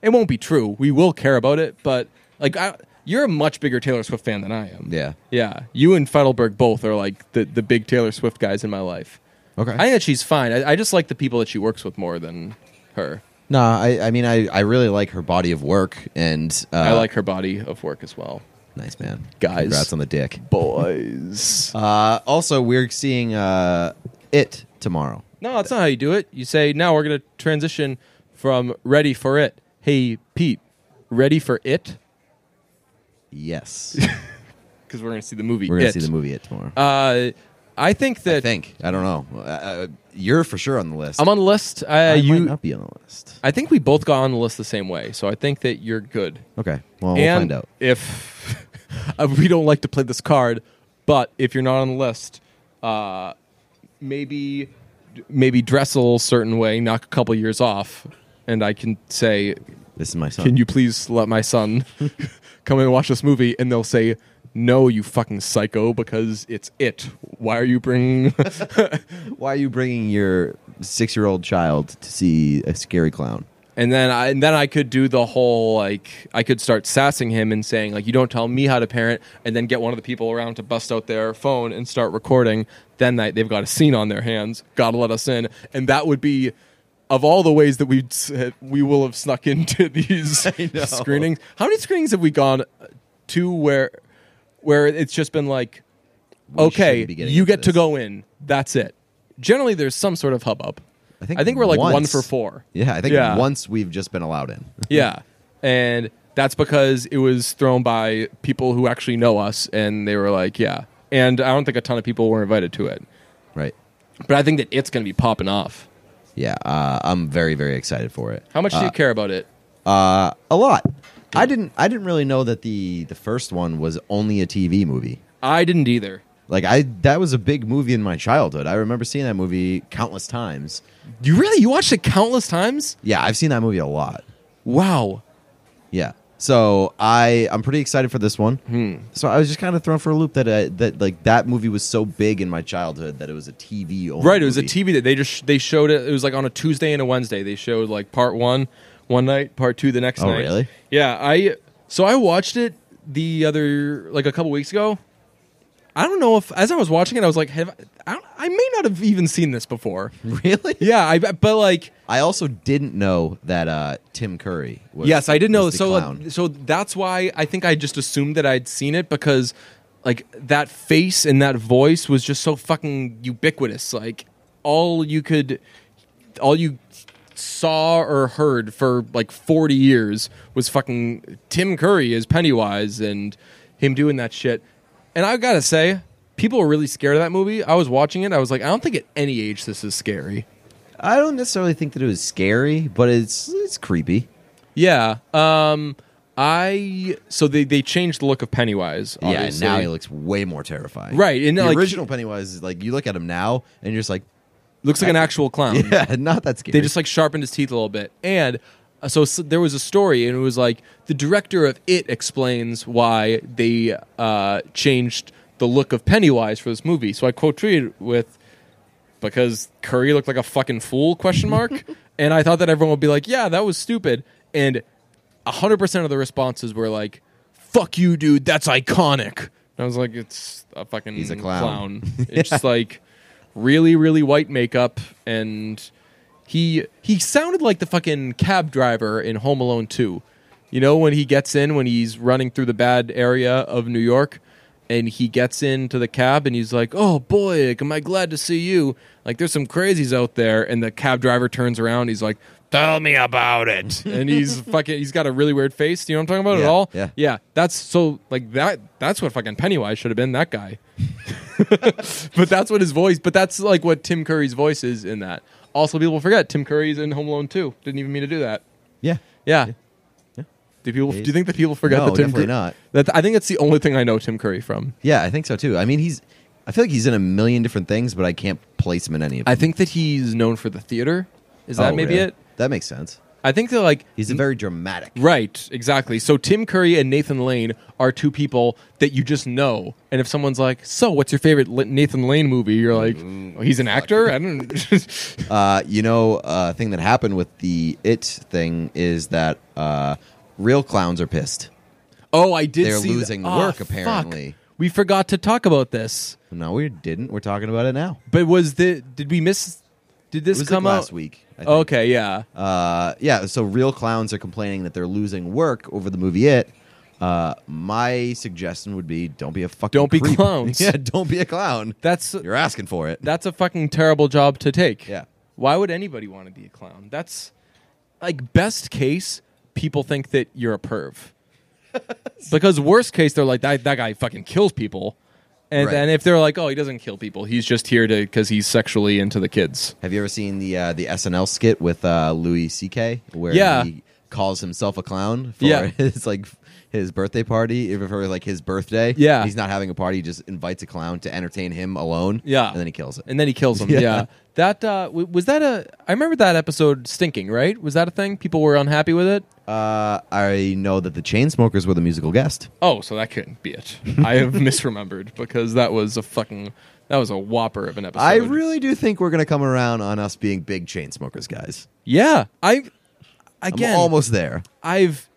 It won't be true. We will care about it, but like I, you're a much bigger Taylor Swift fan than I am.
Yeah.
Yeah. You and Feidelberg both are like the, the big Taylor Swift guys in my life.
Okay.
I think that she's fine. I, I just like the people that she works with more than her.
no, I, I mean, I, I really like her body of work, and uh,
I like her body of work as well.
nice man,
Guys.
Congrats on the dick.
Boys.
Uh, also, we're seeing uh, it tomorrow.
No, that's not how you do it. You say, now we're going to transition from ready for it. Hey, Pete, ready for it?
Yes,
Because we're going to see the movie.
we're gonna
It.
see the movie it tomorrow.
Uh, I think that
I think I don't know. Uh, Uh, you're for sure on the list.
I'm on the list. Uh,
I
you,
might not be on the list.
I think we both got on the list the same way. So I think that you're good.
Okay, well, we'll
and
find out.
if uh, we don't like to play this card, but if you're not on the list, uh, maybe maybe Dressel certain way, knock a couple years off, and I can say
This is my son.
can you please let my son come and watch this movie? And they'll say, no, you fucking psycho, because it's it. Why are you bringing?
Why are you bringing your six-year-old child to see a scary clown?
and then I and then I could do the whole like I could start sassing him and saying like you don't tell me how to parent, and then get one of the people around to bust out their phone and start recording. Then that they've got a scene on their hands. Gotta let us in, and that would be. Of all the ways that we we will have snuck into these
know.
screenings, how many screenings have we gone to where where it's just been like
We
okay,
shouldn't be getting
you
into
get to
this.
go in. That's it. Generally, there's some sort of hubbub. I think, we're like one
once-
for four.
Yeah, I think
Yeah.
once we've just been allowed in.
Yeah. And that's because it was thrown by people who actually know us and they were like, yeah. And I don't think a ton of people were invited to it.
right.
But I think that it's going to be popping off.
Yeah, uh, I'm very very excited for it.
How much do you care about it?
Uh, a lot. I didn't I didn't really know that the the first one was only a TV movie.
I didn't either.
Like I that was a big movie in my childhood. I remember seeing that movie countless times.
You really? You watched it countless times?
Yeah, I've seen that movie a lot.
Wow.
Yeah. So I I'm pretty excited for this one.
Hmm.
So I was just kind of thrown for a loop that I, that like that movie was so big in my childhood that it was a TV only
Right. It was a
movie.
TV that they just they showed it. It was like on a Tuesday and a Wednesday. They showed like part one one night, part two the next
Oh,
night.
really?
Yeah. I so I watched it the other like a couple weeks ago. I don't know if as I was watching it, I was like, have I, don't- I may not have even seen this before.
Hmm. Really?
Yeah. I but like
I also didn't know that uh, Tim Curry. Was,
yes, I did know.
was the
So uh, like,
clown.
so that's why I think I just assumed that I'd seen it because like that face and that voice was just so fucking ubiquitous. Like all you could all you saw or heard for like 40 years was fucking Tim Curry as Pennywise and him doing that shit. And I got to say, people were really scared of that movie. I was watching it. I was like, I don't think at any age this is scary.
I don't necessarily think that it was scary, but it's it's creepy.
Yeah. Um I so they they changed the look of Pennywise. Obviously.
Yeah, now he looks way more terrifying.
Right, and
the
like-
original Pennywise is like you look at him now and you're just like,
looks like an actual clown.
yeah, not that scary.
Um, They just like sharpened his teeth a little bit. And uh, so, s there was a story, and it was like the director of It explains why they uh, changed the look of Pennywise for this movie. So I quote tweeted with because Curry looked like a fucking fool question mark, and I thought that everyone would be like, yeah, that was stupid, and hundred percent of the responses were like, fuck you, dude, that's iconic. And I was like, it's a fucking
He's a clown.
clown. It's just like really, really white makeup and He he sounded like the fucking cab driver in Home Alone 2. You know when he gets in when he's running through the bad area of New York and he gets into the cab and he's like, "Oh boy, like, am I glad to see you. Like there's some crazies out there." And the cab driver turns around, he's like, "Tell me about it." and he's fucking he's got a really weird face. Do you know what I'm talking about at
Yeah,
all?
yeah.
Yeah, that's so like that. That's what fucking Pennywise should have been. That guy. but that's what his voice. But that's like what Tim Curry's voice is in that. Also, people forget Tim Curry's in Home Alone too. Didn't even mean to do that.
Yeah.
Yeah. Do people?
He's-
Do you think that people forget
No,
that Tim?
definitely
Curry-
not.
That I think that's the only thing I know Tim Curry from.
Yeah, I think so too. I mean, he's. I feel like he's in a million different things, but I can't place him in any of them.
I think that he's known for the theater. Is that
Oh,
maybe
really?
it?
That makes sense.
I think that like
He's a very dramatic.
Right, exactly. So Tim Curry and Nathan Lane are two people that you just know. And if someone's like, "So, what's your favorite Li- Nathan Lane movie?" You're like,
Mm-hmm.
oh, "He's an actor." I don't.
Uh, you know, uh, thing that happened with the it thing is that uh, real clowns are pissed.
oh, I did.
They're
see that-
losing
Oh,
work,
fuck.
apparently.
We forgot to talk about this.
No, we didn't. We're talking about it now.
But was the did we miss? Did this
It was
come
like
out
last week. I think.
Okay, yeah.
Uh, yeah. So real clowns are complaining that they're losing work over the movie It. Uh, my suggestion would be don't be a fucking
Don't be
creep.
clowns.
yeah, don't be a clown.
That's
You're asking for it.
that's a fucking terrible job to take.
Yeah.
Why would anybody want to be a clown? That's like best case, people think that you're a perv. because worst case, they're like that that guy fucking kills people. And
Right.
then if they're like, oh, he doesn't kill people, he's just here to because he's sexually into the kids.
Have you ever seen the uh, the SNL skit with uh, Louis C.K. where
Yeah.
he calls himself a clown for
Yeah.
his like his birthday party if- for like his birthday?
Yeah.
he's not having a party; he just invites a clown to entertain him alone.
Yeah.
and then he kills it.
And then he kills him. Yeah.
Yeah.
That uh, w- was that a. I remember that episode stinking. Right? Was that a thing? People were unhappy with it.
Uh, I know that the Chainsmokers were the musical guest.
Oh, so that couldn't be it. I have misremembered because that was a fucking that was a whopper of an episode.
I really do think we're gonna come around on us being big Chainsmokers guys.
yeah. I again
I'm almost there.
I've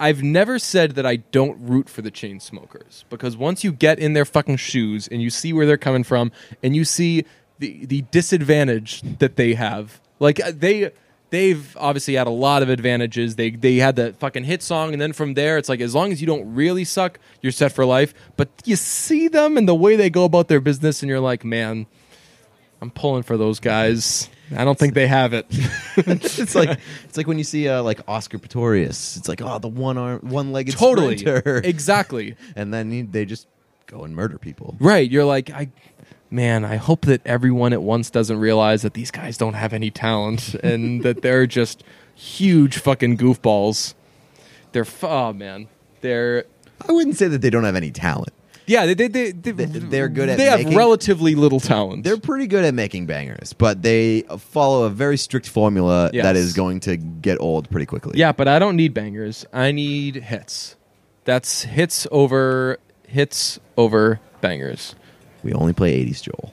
I've never said that I don't root for the chain smokers because once you get in their fucking shoes and you see where they're coming from and you see the the disadvantage that they have, like uh, they they've obviously had a lot of advantages. They they had that fucking hit song and then from there it's like as long as you don't really suck, you're set for life. But you see them and the way they go about their business and you're like, man, I'm pulling for those guys. I don't think they have it.
it's like it's like when you see uh, like Oscar Pistorius. It's like oh, the one arm, one legged
totally,
sprinter.
exactly.
and then he, they just go and murder people.
Right. You're like, I man, I hope that everyone at once doesn't realize that these guys don't have any talent and that they're just huge fucking goofballs. They're f- oh man. They're
I wouldn't say that they don't have any talent.
yeah, they they, they, they
they're good at
They have
making-
relatively little talent.
They're pretty good at making bangers, but they follow a very strict formula
Yes.
that is going to get old pretty quickly.
yeah, but I don't need bangers. I need hits. That's hits over hits over bangers.
We only play 80s Joel.